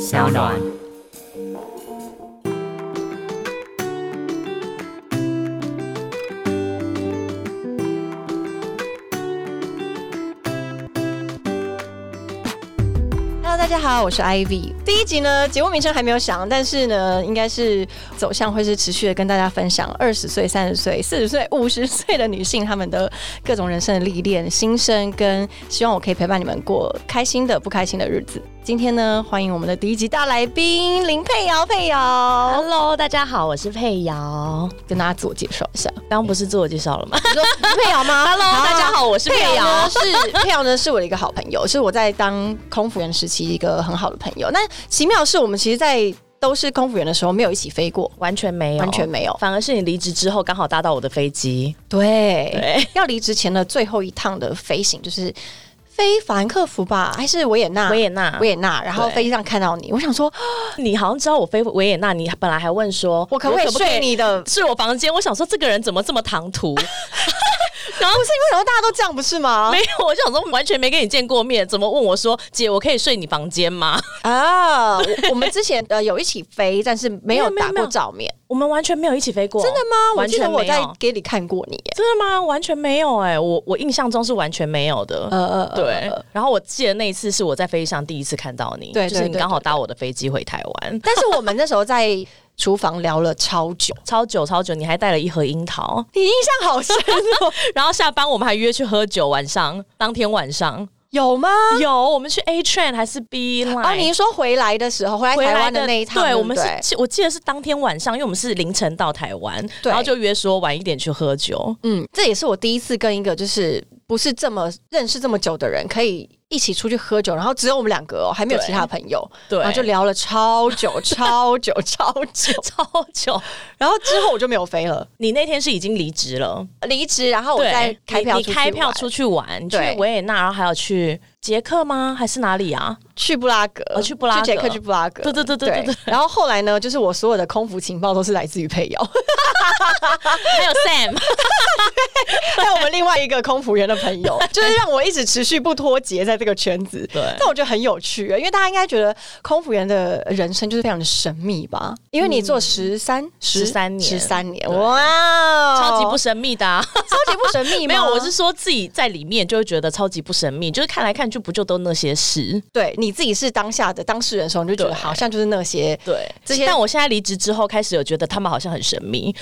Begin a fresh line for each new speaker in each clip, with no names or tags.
小暖。
Hello，大家好，我是 Ivy。第一集呢，节目名称还没有想，但是呢，应该是走向会是持续的跟大家分享二十岁、三十岁、四十岁、五十岁的女性她们的各种人生的历练、心声，跟希望我可以陪伴你们过开心的、不开心的日子。今天呢，欢迎我们的第一集大来宾林佩瑶，佩瑶
Hello，大家好，我是佩瑶。
跟大家自我介绍一下。
刚刚不是自我介绍了吗？
你说佩瑶 吗
Hello，大 家好我是佩瑶
呢是 佩瑶呢，是我的一个好朋友，是我在当空服员时期一个很好的朋友。那奇妙是我们其实，在都是空服员的时候，没有一起飞过，
完全没有，
完全没有
反而是你离职之后刚好搭到我的飞机。
对，
对
要离职前的最后一趟的飞行就是飞法兰克福吧，还是维也纳？
维也纳
维也纳。然后
对
飞机上看到你，我想说，
你好像知道我飞维也纳，你本来还问说
我可不可以睡你的？
睡我房间？我想说这个人怎么这么唐 突？然后
不是因为什么大家都这样不是吗
没？有，我就想说完全没跟你见过面，怎么问我说姐我可以睡你房间吗？
啊，我我们之前呃有一起飞，但是没有
没
打
有没有没
过
有
照面，
我们完全没有一起飞过，
真的吗？我
完
记得
全
我
没
在
有。
给你看过你耶，
真的吗？完全没有哎、我我印象中是完全没有的。
呃呃，呃
对
呃呃，
然后我记得那一次是我在飞机上第一次看到你，
对
就是
对
你
对
刚好
对
搭我的飞机回台湾，
但是我们那时候在厨房聊了超久，
超久超久，你还带了一盒樱桃，
你印象好深哦，
然后下班我们还约去喝酒，晚上当天晚上、
有吗？
有我们去 A train 还是 B line？
啊，您说回来的时候，回来
回
台
来
湾的那一趟，
对
对不
我们是
对，
记我记得是当天晚上，因为我们是凌晨到台湾，
对
然后就约说晚一点去喝酒，
嗯，这也是我第一次跟一个就是不是这么认识这么久的人，可以一起出去喝酒，然后只有我们两个哦，还没有
对
其他朋友，
对
然后就聊了超 久、超久、超久，
超久。
然后之后我就没有飞了，
你那天是已经离职了，
离职，然后哦我
对，
再开票
你
出去
你开票
玩
出去玩，你去
对
维也纳，然后还有去捷克吗？还是哪里啊？
去布拉格，
哦去布拉格
去捷克，去布拉格，
对对对对对对
然后后来呢，就是我所有的空服情报都是来自于佩瑶，
还有 Sam，
还有我们另外一个空服员的朋友，就是让我一直持续不脱节在这个圈子。
对
但我觉得很有趣，啊因为大家应该觉得空服员的人生就是非常的神秘吧？因为你做十三、
13年
十三年，哇，哦
超级不神秘的、啊。
超级不神秘吗？
没有，我是说自己在里面就会觉得超级不神秘，就是看来看去不就都那些事。
对你自己是当下的当事人的时候，你就觉得
对
好像就是那些，
对，
这些
但我现在离职之后，开始有觉得他们好像很神秘。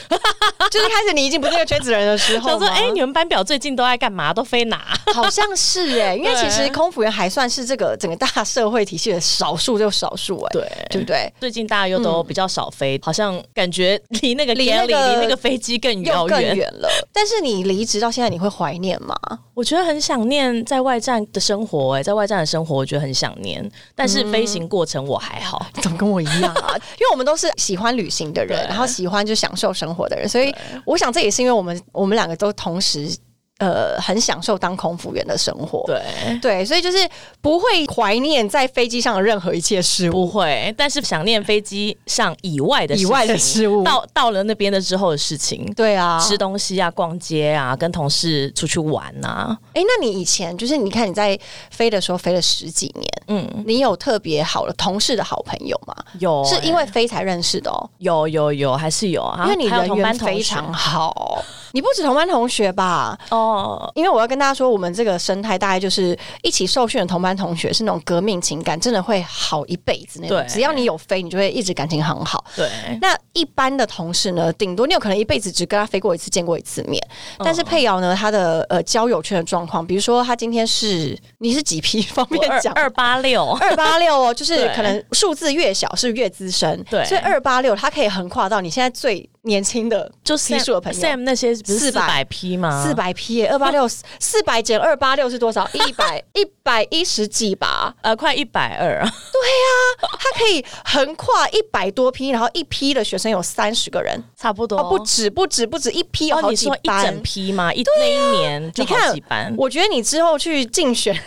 就是开始你已经不是那个圈子人的时候
想
吗，
说，哎、你们班表最近都在干嘛？都飞哪？
好像是哎、因为其实
对
空服员还算是这个整个大社会体系的少数就少数哎、
对
对不对？
最近大家又都比较少飞，好像感觉离那个 g
嗯离
a
那
l l 离
个
那个飞机更
又
遥
更
远。
远了， 但是你离职到现在，你会怀念 吗？
我觉得很想念在外站的生活、哎，在外站的生活，我觉得很想念。但
嗯
是飞行过程我还好，
怎么跟我一样啊？ 因为我们都是喜欢旅行的人，
对
然后喜欢就享受生活的人，所以我想这也是因为我们我们两个都同时呃很享受当空服员的生活。
对。
对，所以就是不会怀念在飞机上的任何一切事物。
不会，但是想念飞机上以外的
以外的
情
事物
到到了那边的之后的事情，
对啊，
吃东西啊、逛街啊、跟同事出去玩啊，
哎、那你以前就是你看你在飞的时候飞了十几年，
嗯，
你有特别好的同事的好朋友吗？
有
是因
为
为飞才认识的哦，
有有有还是有
欸
啊，
因为你
还有
人
同
缘
班同
非
学
常好。你不止同班同学吧？
哦，
因为我要跟大家说，我们这个生态大概就是一起受训的同班同学是那种革命情感，真的会好一辈子那种。
对
只要你有飞，你就会一直感情很好。
对，
那一般的同事呢，顶多你有可能一辈子只跟他飞过一次、见过一次面。
嗯
但是佩瑶呢，她的呃交友圈的状况，比如说她今天是你是几批 方便讲吗？
二八六，
二八六哦，就是
对
可能数字越小是越资深，
对
所以二八六它可以横跨到你现在最年轻的
就
批
Sam,
数的朋友
Sam。那啊些不是四
400
百 P 吗？
四百 P 耶，二八六四百减二八六是多 少？一百一百一十几吧。
呃，快一百二，
它可以横跨一百多批，然后一批的学生有三十个人，
差不多
哦，不止不止不止，一批有
哦，
好
你
几
说一
班。
整批吗？一、那一年就
啊你
好
看
几班，，
我觉得你之后去竞选，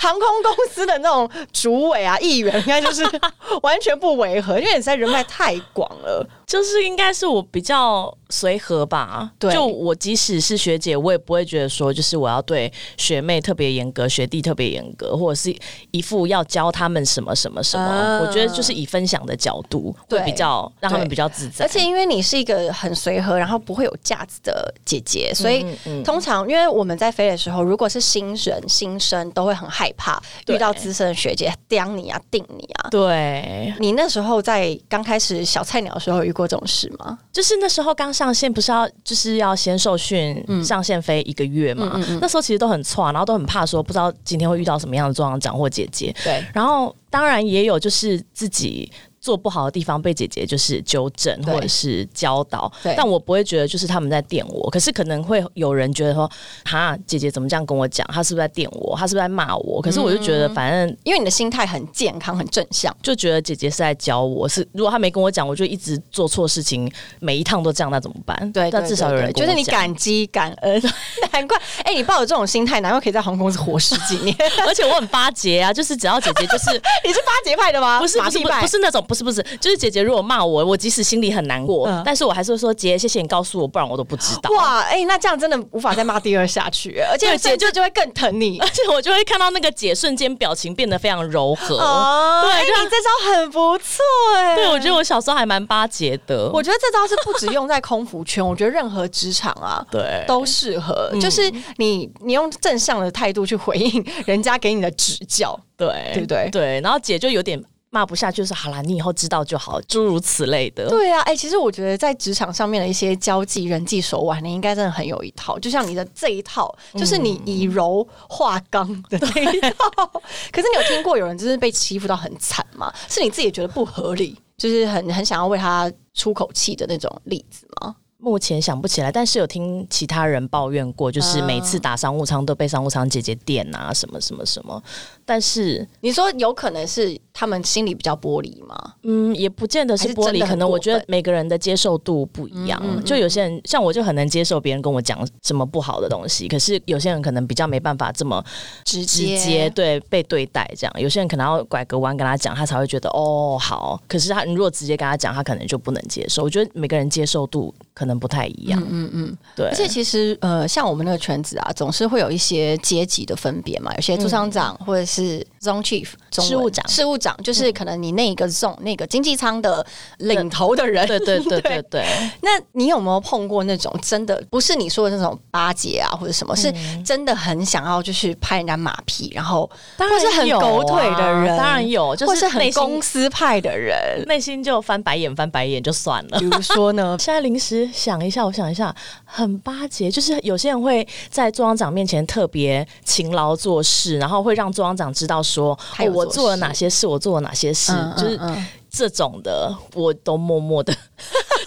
航空公司的那种主委啊、议员，应该就是 完全不违和，因为你实在人脉太广了。
就是应该是我比较随和吧。
对
就我即使是学姐，我也不会觉得说，就是我要对学妹特别严格，学弟特别严格，或者是一副要教他们什么什么什么。
啊
我觉得就是以分享的角度，
对
会比较让他们
对
比较自 在。
而且因为你是一个很随和，然后不会有架子的姐姐，所
嗯
以通常因为我们在飞的时候，如果是新人新生，都会很害怕
对
遇到资深的学姐刁你啊、定你啊。
对，
你那时候在刚开始小菜鸟的时候有遇过这种事吗？
就是那时候刚上线，不是要就是要先受训，
嗯
上线飞一个月嘛。那时候其实都很错，然后都很怕说不知道今天会遇到什么样的中长长或姐姐。
对，
然后当然也有就是自己做不好的地方被姐姐就是纠正
对
或者是教导
对，
但我不会觉得就是他们在电我，可是可能会有人觉得说，哈，姐姐怎么这样跟我讲？她是不是在电我？她是不是在骂我？可是我就觉得
嗯
反正。
因为你的心态很健康、很正向。
就觉得姐姐是在教我，是如果她没跟我讲，我就一直做错事情，每一趟都这样，那怎么办？
对，
但
对
至少有人
对对就是你
跟我
感激感恩， 难怪哎、你抱有这种心态，难怪可以在航空公司活十几年。
讲， 而且我很巴结啊，就是只要姐姐就是
你是巴结派的吗？
不是
啊马
不是
屁
不是
派
不是那种不是不是，就是姐姐如果骂我，我即使心里很难过，
嗯
但是我还是会说姐，谢谢你告诉我，不然我都不知道。
哇， 哎、那这样真的无法再骂第二下去，而且
对哦
姐就就会更疼你。
而且我就会看到那个姐瞬间表情变得非常柔和。
哦，
对
哎
就
你这招很不错哎、
对，我觉得我小时候还蛮巴结的。
我觉得这招是不只用在空服圈，我觉得任何职场啊。
对嗯
都适合，就是你你用正向的态度去回应人家给你的指教，
对
对不对
对，然后姐就有点骂不下去，说好啦，你以后知道就好，诸如此类的。
对啊，哎、其实我觉得在职场上面的一些交际、人际手腕，你应该真的很有一套。就像你的这一套，就是
嗯
你以柔化刚的这一套。 可是你有听过有人就是被欺负到很惨吗？是你自己也觉得不合理，就是很很想要为他出口气的那种例子吗？
目前想不起来，但是有听其他人抱怨过，
嗯
就是每次打商务舱都被商务舱姐姐电啊，什么什么什么。但是，
你说有可能是他们心里比较玻璃吗？
嗯，也不见得是
还
玻
是真
璃，
的很
可能我觉
过
得
分嗯
每个人的接受度不一样。就有些人像我就很能接受别人跟我讲什么不好的东西，可是有些人可能比较没办法这么
直
直接对被对待这样。有些人可能要拐个弯跟他讲，他才会觉得哦好。可是他你如果直接跟他讲，他可能就不能接受。我觉得每个人接受度可能不太一样。嗯嗯对。
而且其实呃，像我们那个圈子啊，总是会有一些阶级的分别嘛，有些驻商长或者是 zone chief 中文
嗯事务长嗯
事务长就是可能你那一个 zone、那个经济舱的领头的人。
对对 对对对，
那你有没有碰过那种真的不是你说的那种巴结啊，或者什么，是
嗯
真的很想要就是拍人家马屁，然后
当
或是很
有啊
狗腿的人，
当然有，就
或是很
内心
公司派的人。
内心就翻白眼翻白眼就算了，
比。如说呢
现在临时想一下，我想一下，很巴结，就是有些人会在中央长面前特别勤劳做事，然后会让中央长知道说，
他
哦
有，
我
做
做了
事
哪些事，我做了哪些事，
嗯
就是
嗯嗯
这种的，我都默 默的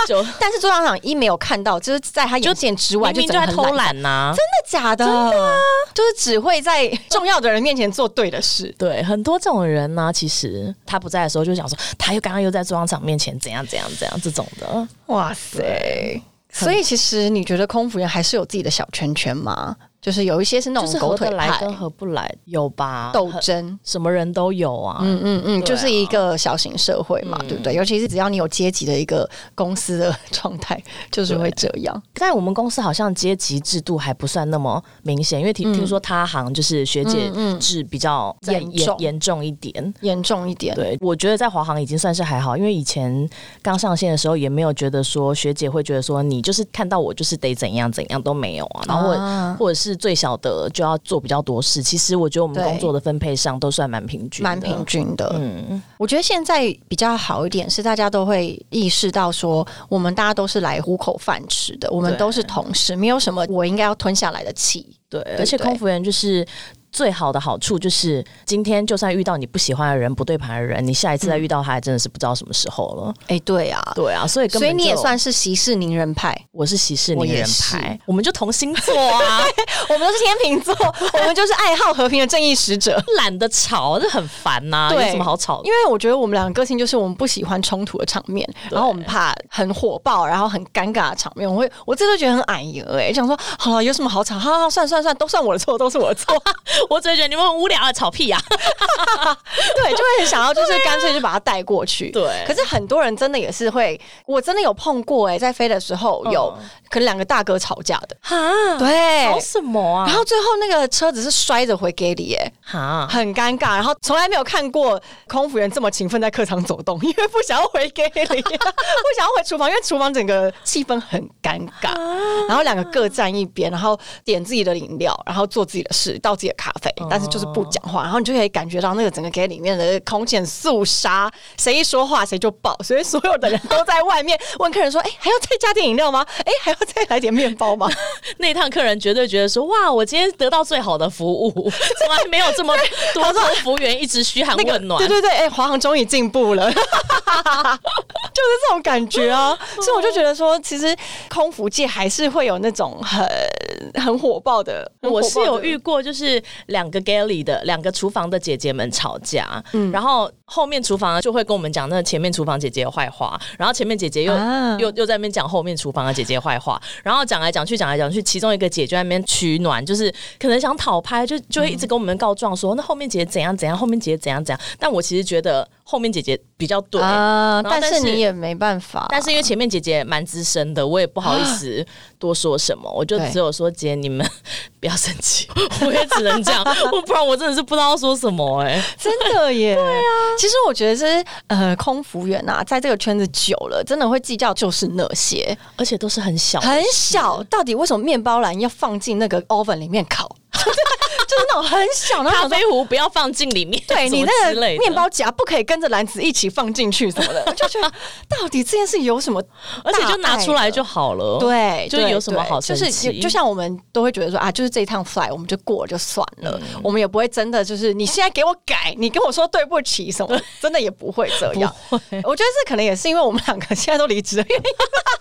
就
但是朱校长一没有看到，就是在他眼线之外，
明明就
整个
在
很
偷
懒啊
懒啊呐、
真的假的？真的啊，就是只会在重要的人面前做对的事。
对，很多这种人呢、其实他不在的时候就想说，他又刚刚又在中央长面前怎样怎样怎样这种的，
哇塞！所以其实你觉得空服员还是有自己的小圈圈吗？就是有一些是那
就是
种
合
狗腿
得来
派
跟合不来有吧？
斗
很
争。
什么人都有啊，
嗯嗯嗯，
对啊
就是一个小型社会嘛，对不对？尤其是只要你有阶级的一个公司的状态，就是会这样。
在我们公司好像阶级制度还不算那么明显，因为听、听说他行就是学姐制比较
嗯
严
严
严
重
严重一点。
严重一点，
对，我觉得在华航已经算是还好，因为以前刚上线的时候也没有觉得说学姐会觉得说你就是看到我就是得怎样怎样都没有啊，然后或、
啊
或者是最小的就要做比较多事。其实我觉得我们
对
工作的分配上都算蛮平均的，
蛮平均的。
嗯，
我觉得现在比较好一点是，大家都会意识到说，我们大家都是来糊口饭吃的，我们
对
都是同事，没有什么我应该要吞下来的气。
对，而且
对
空服员就是。最好的好处就是，今天就算遇到你不喜欢的人、不对盘的人，你下一次再遇到他，还真的是不知道什么时候了。
哎、对啊，
嗯对啊，所以根
所
本
以你也
就
算是息事宁人派，
我是息事宁
我也
人
是
派，我们就同星座啊，
我们都是天秤座，我们就是爱好和平的正义使者。 啊
懒得吵，这很烦呐、有
对
什么好吵的？
因为我觉得我们两个个性就是我们不喜欢冲突的场面，然后我们怕很火爆，然后很尴尬的场面，我会欸我这就觉得很矮油哎，想说好了有什么好吵，好好好算算算，都算我的错，都是我的错，
我只会觉得你们很无聊啊，吵屁呀、
对，就会很想要，就是干脆就把它带过去。
啊对
可是很多人真的也是会，我真的有碰过哎、在飞的时候有、
嗯
可能两个大哥吵架的，
哈，
对。
吵什么啊？
然后最后那个车子是摔着回给欸里耶，
哈，
很尴尬。然后从来没有看过空服员这么勤奋在客舱走动，因为不想要回给里，不想要回厨房，因为厨房整个气氛很尴尬。然后两个各站一边，然后点自己的饮料，然后做自己的事，倒自己的咖啡，但是就是不讲话。然后你就可以感觉到那个整个给里面的空气很肃杀，谁一说话谁就爆，所以所有的人都在外面 问客人说：“哎、还要再加点饮料吗？哎、还要再来点面包吗？”
那一趟客人绝对觉得说，哇，我今天得到最好的服务， 从来没有这 么多空服务员一直嘘寒
那个
问暖。
对对对，哎、华航终于进步了， 就是这种感觉 啊。所以我就觉得说，其实空服界还是会有那种很很火爆的。很火
我
爆
是有
的
遇过，就是两个 galley 的两个厨房的姐姐们吵架，
嗯
然后后面厨房就会跟我们讲那前面厨房姐姐的坏话，然后前面姐姐又、
啊
又又在那边讲后面厨房的姐姐坏话，然后讲来讲去讲来讲去，其中一个姐就在那边取暖，就是可能想讨拍，就就会
嗯
一直跟我们告状说、那后面姐姐怎样怎样，后面姐姐怎样怎样，但我其实觉得后面姐姐比较对。
啊，
然后
但
但
是
是
你也没办法，
但是因为前面姐姐蛮资深的，我也不好意思多说什么，我就
对
只有说姐你们不要生气，我也只能这样，我 不然我真的是不知道说什么哎、
真的耶， 对啊。其实我觉得这呃，空服员啊，在这个圈子久了，真的会计较就是那些
而且都是很小，
很小，到底为什么面包篮要放进那个 oven 里面烤？ 就是那种很小，然后
咖
想说
啡壶不要放进里面，
对
什么
你那
之
个
类的
面，包夹不可以跟着篮子一起放进去什么的，我 就觉得到底这件事有什么大碍
而
的？
且就拿出来就好了，
对，
就
对
有什么
对
好
就
生
是
气
就像我们都会觉得说啊，就是这一趟 fly 我们就过就算了，
嗯
我们也不会真的就是你现在给我改，你跟我说对不起什么，真的也不会这 样。我觉得这可能也是因为我们两个现在都离职的原因，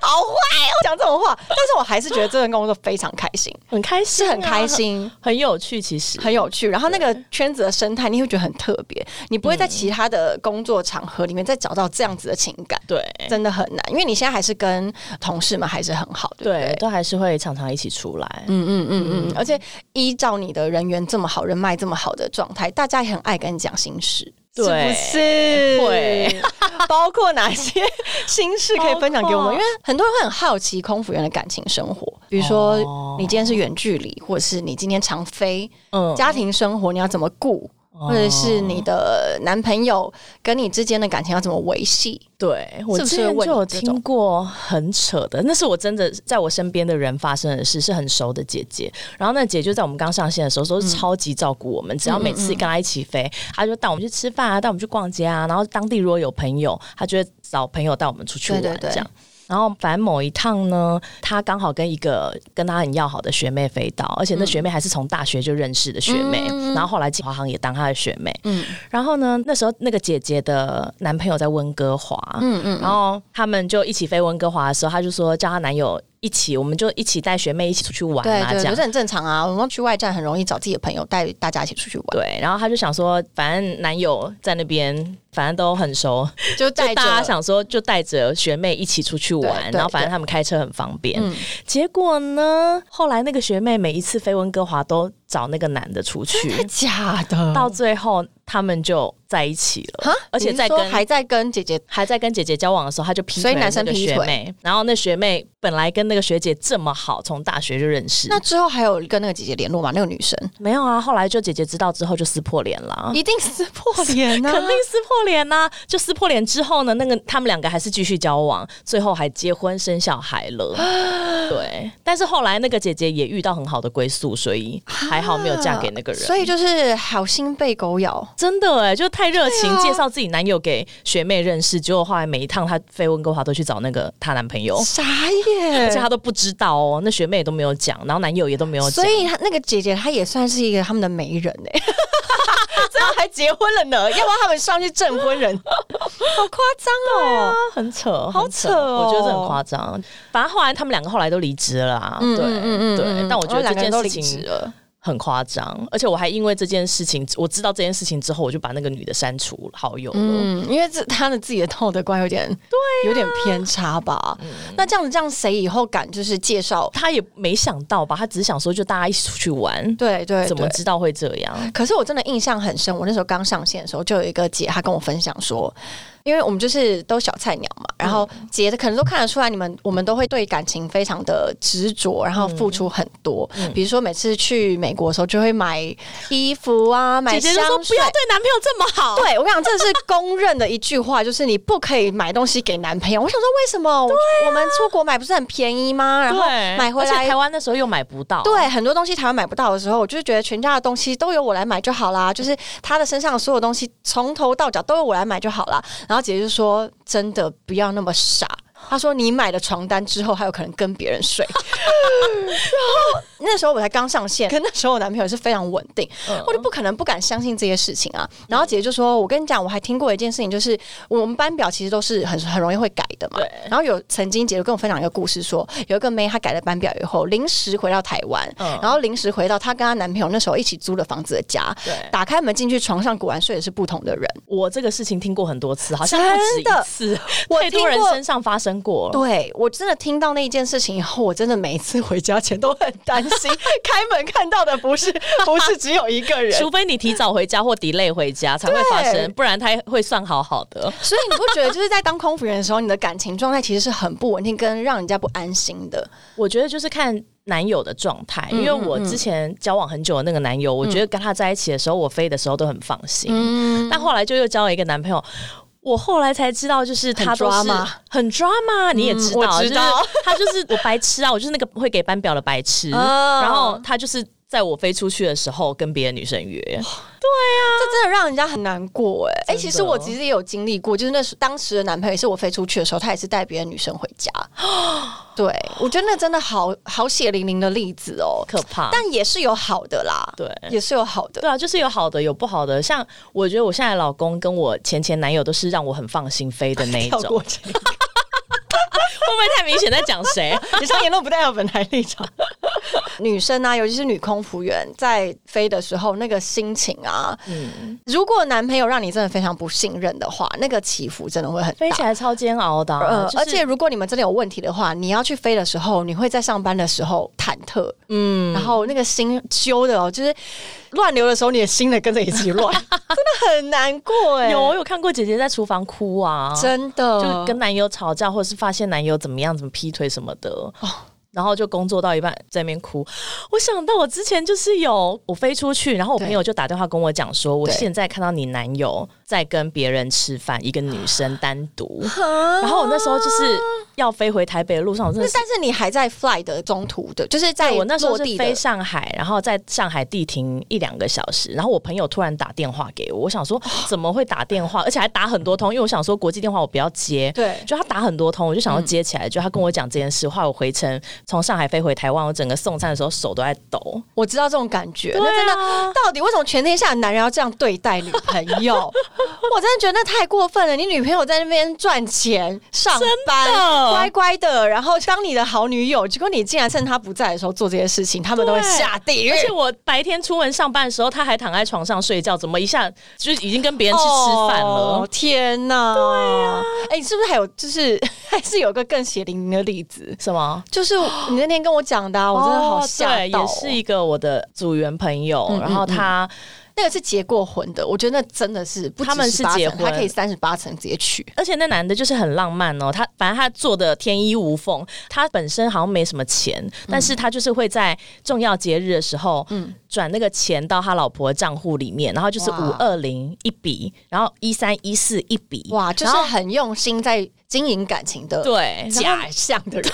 好坏哦，讲这种话。但是我还是觉得这份工作非常开心，
很开心、啊
是很开，心。
很有趣，其实
很有趣，然后那个圈子的生态，你会觉得很特别，你不会在
嗯
其他的工作场合里面再找到这样子的情感，
对。
真的很难。因为你现在还是跟同事们还是很好，对不
对
对，？
都还是会常常一起出来。
嗯嗯嗯嗯，而且依照你的人缘这么好、人脉这么好的状态，大家也很爱跟你讲心事，是
对
不是？
会，
包括哪些心事可以分享给我
包括
们？因为很多人会很好奇空服员的感情生活，比如说
哦
你今天是远距离，或者是你今天常飞，
嗯，哦
家庭生活你要怎么顾，或者是你的男朋友跟你之间的感情要怎么维系？
对，我
是不是
之前
问
就有
你这种
听过很扯的，那是我真的在我身边的人发生的事，是很熟的姐姐。然后那姐就在我们刚上线的时候，都
嗯
是超级照顾我们，只要每次跟她一起飞，她就带我们去吃饭啊，带我们去逛街啊。然后当地如果有朋友，她就会找朋友带我们出去
对
玩
对对
这样。然后反正某一趟呢，她刚好跟一个跟她很要好的学妹飞到，而且
嗯
那学妹还是从大学就认识的学妹，然后后来进华航也当她的学妹。
嗯
然后呢，那时候那个姐姐的男朋友在温哥华，
嗯嗯，
然后他们就一起飞温哥华的时候，她就说叫她男友一起，我们就一起带学妹一起出去玩
对对，
啊，这
我觉
样
得。很正常啊。我们去外站很容易找自己的朋友带大家一起出去玩，
对，然后她就想说，反正男友在那边，反正都很熟，
就
就
带
大家
着。
想说就带着学妹一起出去玩
对，对
然后反正
对
他们开车很方便。
嗯
结果呢，后来那个学妹每一次飞温哥华都找那个男的 出去，
假的
到最后他们就在一起了
哈，，
而且
你是
在
说
跟
还在跟姐姐
还在跟姐姐交往的时候，他就劈腿
所以男生
那个
劈
学
腿
妹，然后那学妹本来跟那个学姐这么好，从大学就认识。
那之后还有跟那个姐姐联络吗？那个女生
没有啊，后来就姐姐知道之后就撕破脸了。
一定撕破脸 啊！
肯定撕破脸呐、就撕破脸之后呢，那个他们两个还是继续交往，最后还结婚生小孩 了。对，但是后来那个姐姐也遇到很好的归宿，所以还好没有嫁给那个人。
所以就是好心被狗咬。
真的哎、就太热情，介绍自己男友给学妹认识，结果后来每一趟她飞温哥华都去找那个她男朋友。
傻
而且
耶！
她都不知道哦，那学妹也都没有讲，然后男友也都没有讲
所，以她那个姐姐她也算是一个他们的媒人哎、欸， 最后还结婚了呢，要不然他们上去证婚 人，好夸张哦！
啊很扯，
好
很
扯哦
我觉得这很夸张。反正后来他们两个后来都离职了啊，对
嗯嗯嗯嗯
对，但我觉得
然后两
这
个人
件
都
事
离职
情
了，
很夸张。而且我还因为这件事情，我知道这件事情之后，我就把那个女的删除好友了。
嗯，因为这他的自己的道德观有点对、
啊
有点偏差吧。
嗯
那这样子，这样谁以后敢就是介绍？
他也没想到吧，他只是想说就大家一起出去玩，
对对
怎么
对
知道会这样？
可是我真的印象很深，我那时候刚上线的时候，就有一个姐她跟我分享说，因为我们就是都小菜鸟嘛，
嗯
然后姐的可能都看得出来，你们我们都会对感情非常的执着，然后
嗯
付出很多。比如说每次去美国的时候，就会买衣服啊，买
姐姐
香
就说不
水。
要对男朋友这么好，
对，我跟你讲，这是公认的一句话， 就是你不可以买东西给男朋友。我想说，为什么、我们出国买不是很便宜吗？然后买回
啊而且
来
台湾那时候又买不到，
对，很多东西台湾买不到的时候，我就是觉得全家的东西都由我来买就好
嗯
啦，就是他的身上的所有东西从头到脚都由我来买就好啦。然后姐姐就说：“真的不要那么傻。”她说：“你买了床单之后，还有可能跟别人睡。”然后那时候我才刚上线，可那时候我男朋友是非常稳定，
嗯
我就不可能不敢相信这些事情啊。然后姐姐就说：“我跟你讲，我还听过一件事情，就是我们班表其实都是很很容易会改的嘛
对。
然后有曾经姐姐跟我分享一个故事说，有一个妹她改了班表以后，临时回到台湾，
嗯
然后临时回到她跟她男朋友那时候一起租的房子的家，
对
打开门进去，床上果然睡的是不同的人。
我这个事情听过很多次，好像不止
真的
一次，
我
太多
听
人
过
身上发生过了。
对我真的听到那一件事情以后，我真的每一次回家前都很担 心，开门看到的不 是不是只有一个人，
除非你提早回家或 delay 回家才会发生
对，
不然他会算好好的。
所以你不觉得就是在当空服员的时候，你的感情状态其实是很不稳定，跟让人家不安心的？
我觉得就是看男友的状态，
嗯
因为我之前交往很久的那个男友，我觉得跟他在一起的时候，我飞的时候都很放心。
嗯，
但后来就又交了一个男朋友。我后来才知道，就是他都
很
是
drama
很 drama，你也知道，
我知道
就是他就是我白痴啊，我就是那个会给班表的白 痴。
哦
然后他就是在我飞出去的时候跟别的女生约，
这真的让人家很难过哎、哎、
真的
其实我其实也有经历过，就是那时当时的男朋友也是我飞出去的时候，他也是带别的女生回 家。对，我觉得那真的好好血淋淋的例子哦，
可怕。
但也是有好的啦，
对
也是有好的。
对啊，就是有好的有不好的。像我觉得我现在的老公跟我前前男友都是让我很放心飞的那一种，
跳
会不
过这个，
会太明显在讲谁？
以上言论不代表本台立场。女生啊，尤其是女空服员，在飞的时候那个心情啊，
嗯
如果男朋友让你真的非常不信任的话，那个起伏真的会很大
飞。起来超煎熬的啊、
呃，
就是
而且如果你们真的有问题的话，你要去飞的时候，你会在上班的时候忐忑，嗯，然后那个心揪的哦，就是乱流的时候，你的心也跟着一起乱， 真的很难过哎、
有我有看过姐姐在厨房哭啊，
真的
就跟男友吵架，或者是发现男友怎么样，怎么劈腿什么的。
哦
然后就工作到一半在那边哭，我想到我之前就是有我飞出去，然后我
对
朋友就打电话跟我讲说，我
对
现在看到你男友在跟别人吃饭，一个女生单独，然后我那时候就是要飞回台北的路上，我真
啊那
的是
但是你还在 fly 的中途的，就是在
对我那时候
落
是
地
飞
的。
上海，然后在上海地停一两个小时，然后我朋友突然打电话给我，我想
哦
说怎么会打电话，而且还打很多通，因为我想说国际电话我不要接。
对
就他打很多通，我就想要接起来。就他跟我讲这件事，后来我回程从上海飞回台湾，我整个送餐的时候手都在抖。
我知道这种感觉，
啊
那真的，到底为什么全天下的男人要这样对待女朋 友？我真的觉得那太过分了。你女朋友在那边赚钱、上班，
的
乖乖的，然后当你的好女友，结果你竟然趁她不在的时候做这些事情，他们都会
对
下地狱
而。且我白天出门上班的时候，他还躺在床上睡觉，怎么一下就已经跟别人去吃饭了？啊
哦天哪！对呀、哎、你是不是还有就是 还是有个更血淋淋的例子？
什么？
就是你那天跟我讲的、啊，我真的好吓
对
到哦、
也是一个我的组员朋友，
嗯
然后
嗯嗯
他
那个是结过婚的，我觉得那真的是不止
他们是
18层
结婚
他可以三十八层直接去。
而且那男的就是很浪漫哦，他反正他做的天衣无缝，他本身好像没什么钱，
嗯
但是他就是会在重要节日的时候，嗯，转那个钱到他老婆的账户里面，然后就是五
哇
二零一笔，然后一三一四一笔，
哇，就是
然后
很用心在经营感情的
对，然后
假象的人，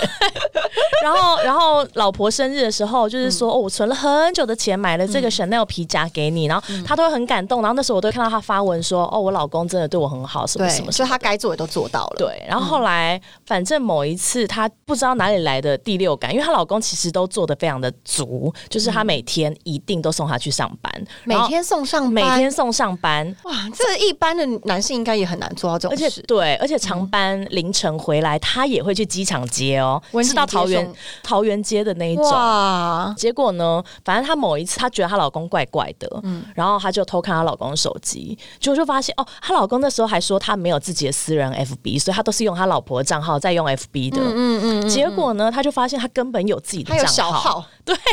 然后 然后老婆生日的时候，就是说、
嗯
哦，我存了很久的钱买了这个 Chanel 皮夹给你，然后
嗯
他都会很感动，然后那时候我都看到他发文说，哦，我老公真的对我很好，什么什么
对，
什么
就他该做的都做到了。
对，然后后来、反正某一次她不知道哪里来的第六感，因为她老公其实都做的非常的足，就是她每天一定都送她去上班，
每
然后
天送上班
每天送上班，
哇，这一般的男性应该也很难做到这
而
种
且
事。
对，而且长班，天凌晨回来，她也会去机场接哦，
温情
是到桃
接
园
送
桃园接的那一种。
哇，
结果呢，反正她某一次她觉得她老公怪怪的，
嗯
然后她就偷看她老公的手机，结果就发现哦，她老公那时候还说他没有自己的私人 FB，所以他都是用他老婆的账号在用 FB 的。
嗯嗯，
结果呢，她就发现她根本有自己的
还有
账
小号，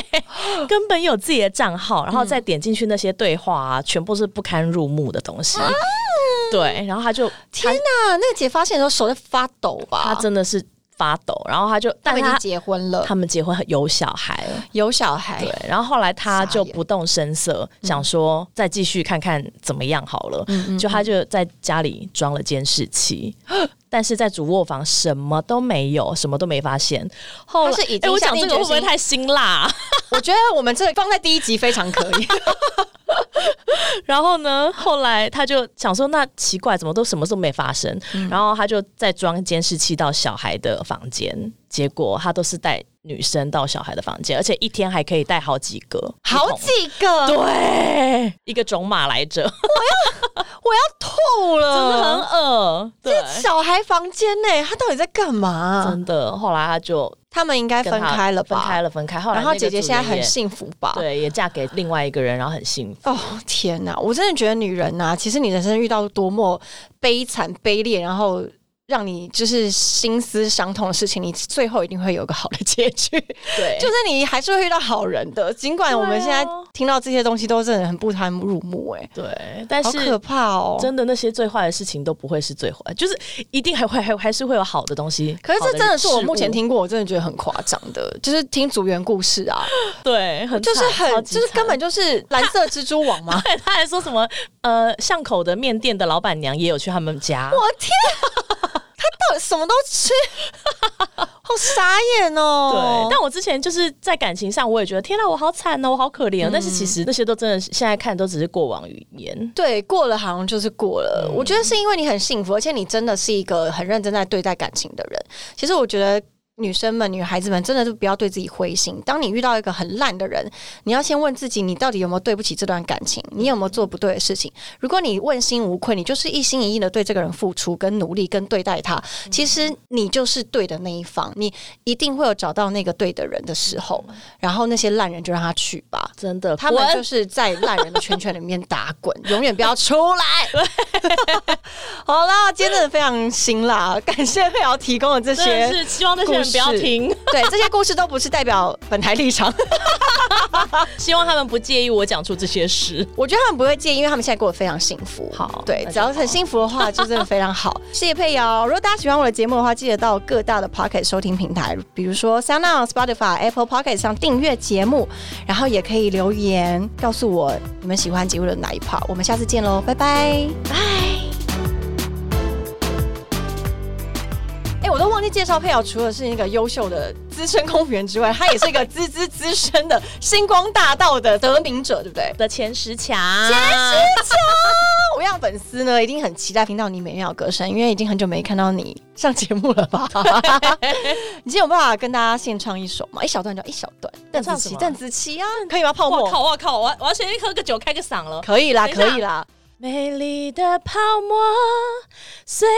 根本有自己的账号，然后
嗯
再点进去那些对话啊，全部是不堪入目的东
啊
西。 对，然后他就
天哪，那个姐发现的时候手在发抖吧？
他真的是发抖，然后他就，
他
但
们已经
他
结婚了，
他们结婚有小孩了，
有小孩
对，，然后后来他
傻
就
眼嗯
不动声色，想说再继续看看怎么样好了，就他就在家里装了监视 器。但是在主卧房什么都没有，什么都没发现。后来
他是已经
哎我讲
下定
这个会不会
决心
太辛辣啊、
我觉得我们这放在第一集非常可以。
然后呢，后来他就想说，那奇怪，怎么都什么都没发生？
嗯
然后他就再装监视器到小孩的房间，结果他都是带女生到小孩的房间，而且一天还可以带 好几个，
好
不同
几个，我
对，一个种马来者，
要吐
真
了，
的很恶，对，
小孩房间呢？他到底在干嘛、
真的。后来他就
他们应该
跟
分
他
开了吧？
分开了，分开。后来
然后
那个
姐姐
主
现在
人
很
也，
幸福吧？。
对，也嫁给另外一个人，然后很幸福。
哦天哪！我真的觉得女人呐、啊其实你人生遇到多么悲惨、卑劣，然后让你就是心思伤痛的事情，你最后一定会有个好的结局。
对，
就是你还是会遇到好人的，尽管我们现在
对啊
听到这些东西都真的很不堪入目、哎，
对，但
好
是
可怕哦！
真的那些最坏的事情都不会是最坏，就是一定还会还还是会有好的东西。
可是
好
这真的是我目前
事物
听过，我真的觉得很夸张的，就是听组员故事啊，
对，很
就是
惨超
很
级
就是
惨。
根本就是蓝色蜘蛛网嘛
对，他还说什么呃巷口的面店的老板娘也有去他们家，
我天、啊，他到底什么都吃， 好傻眼哦
对。。但我之前就是在感情上我也觉得天哪、我好惨哦，我好可怜、哦。但是其实那些都真的现在看都只是过往语言。
对，过了好像就是过了。我觉得是因为你很幸福，而且你真的是一个很认真在对待感情的人。其实我觉得女生们、女孩子们真的是不要对自己灰心。当你遇到一个很烂的人，你要先问自己，你到底有没有对不起这段感情？你有没有做不对的事情？如果你问心无愧，你就是一心一意的对这个人付出、跟努力、跟对待他，其实你就是对的那一方。你一定会有找到那个对的人的时候，然后那些烂人就让他去吧。
真的，
他们
滚
就是在烂人的圈圈里面打滚， 永远不要出来。 好啦，今天真的非常辛辣，感谢佩瑶提供的这
真的
些，
是希望那些人不要
故事
听，
对这些故事都不是代表本台立场，
希望他们不介意我讲出这些事。
我觉得他们不会介意，因为他们现在过得非常幸福。
好
对
那，就
只要很幸福的话，就真的非常 好。谢谢佩瑶。如果大家喜欢我的节目的话，记得到各大的 Pocket 收听平台，比如说 SoundOn、Spotify、Apple Pocket 上订阅节目，然后也可以留言告诉我你们喜欢节目的哪一 part。我们下次见喽，拜拜。哎、我都忘记介绍佩瑶，除了是一个优秀的资深公务员之外，她也是一个资资资深的星光大道的得名者，对不对？
的前十强，
我们让粉丝呢一定很期待听到你美妙的歌声，因为已经很久没看到你上节目了 吧？你今天有办法跟大家献唱一首吗？一哎小段就一小段，邓紫
唱什
棋，
么
邓紫棋啊，可以吗？泡
我
沫
靠我靠，我要我要先喝个酒开个嗓了。
可以啦，
等一下
可以啦。
美丽的泡沫，虽然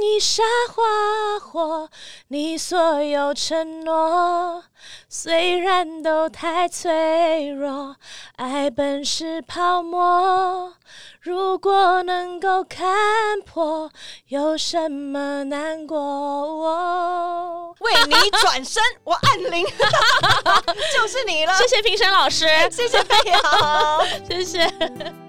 已沙花火，你所有承诺，虽然都太脆弱，爱本是泡沫，如果能够看破，有什么难过？哦
为你转身，我按铃， 就是你了。
谢谢评审老师，
谢谢佩瑶。
谢谢。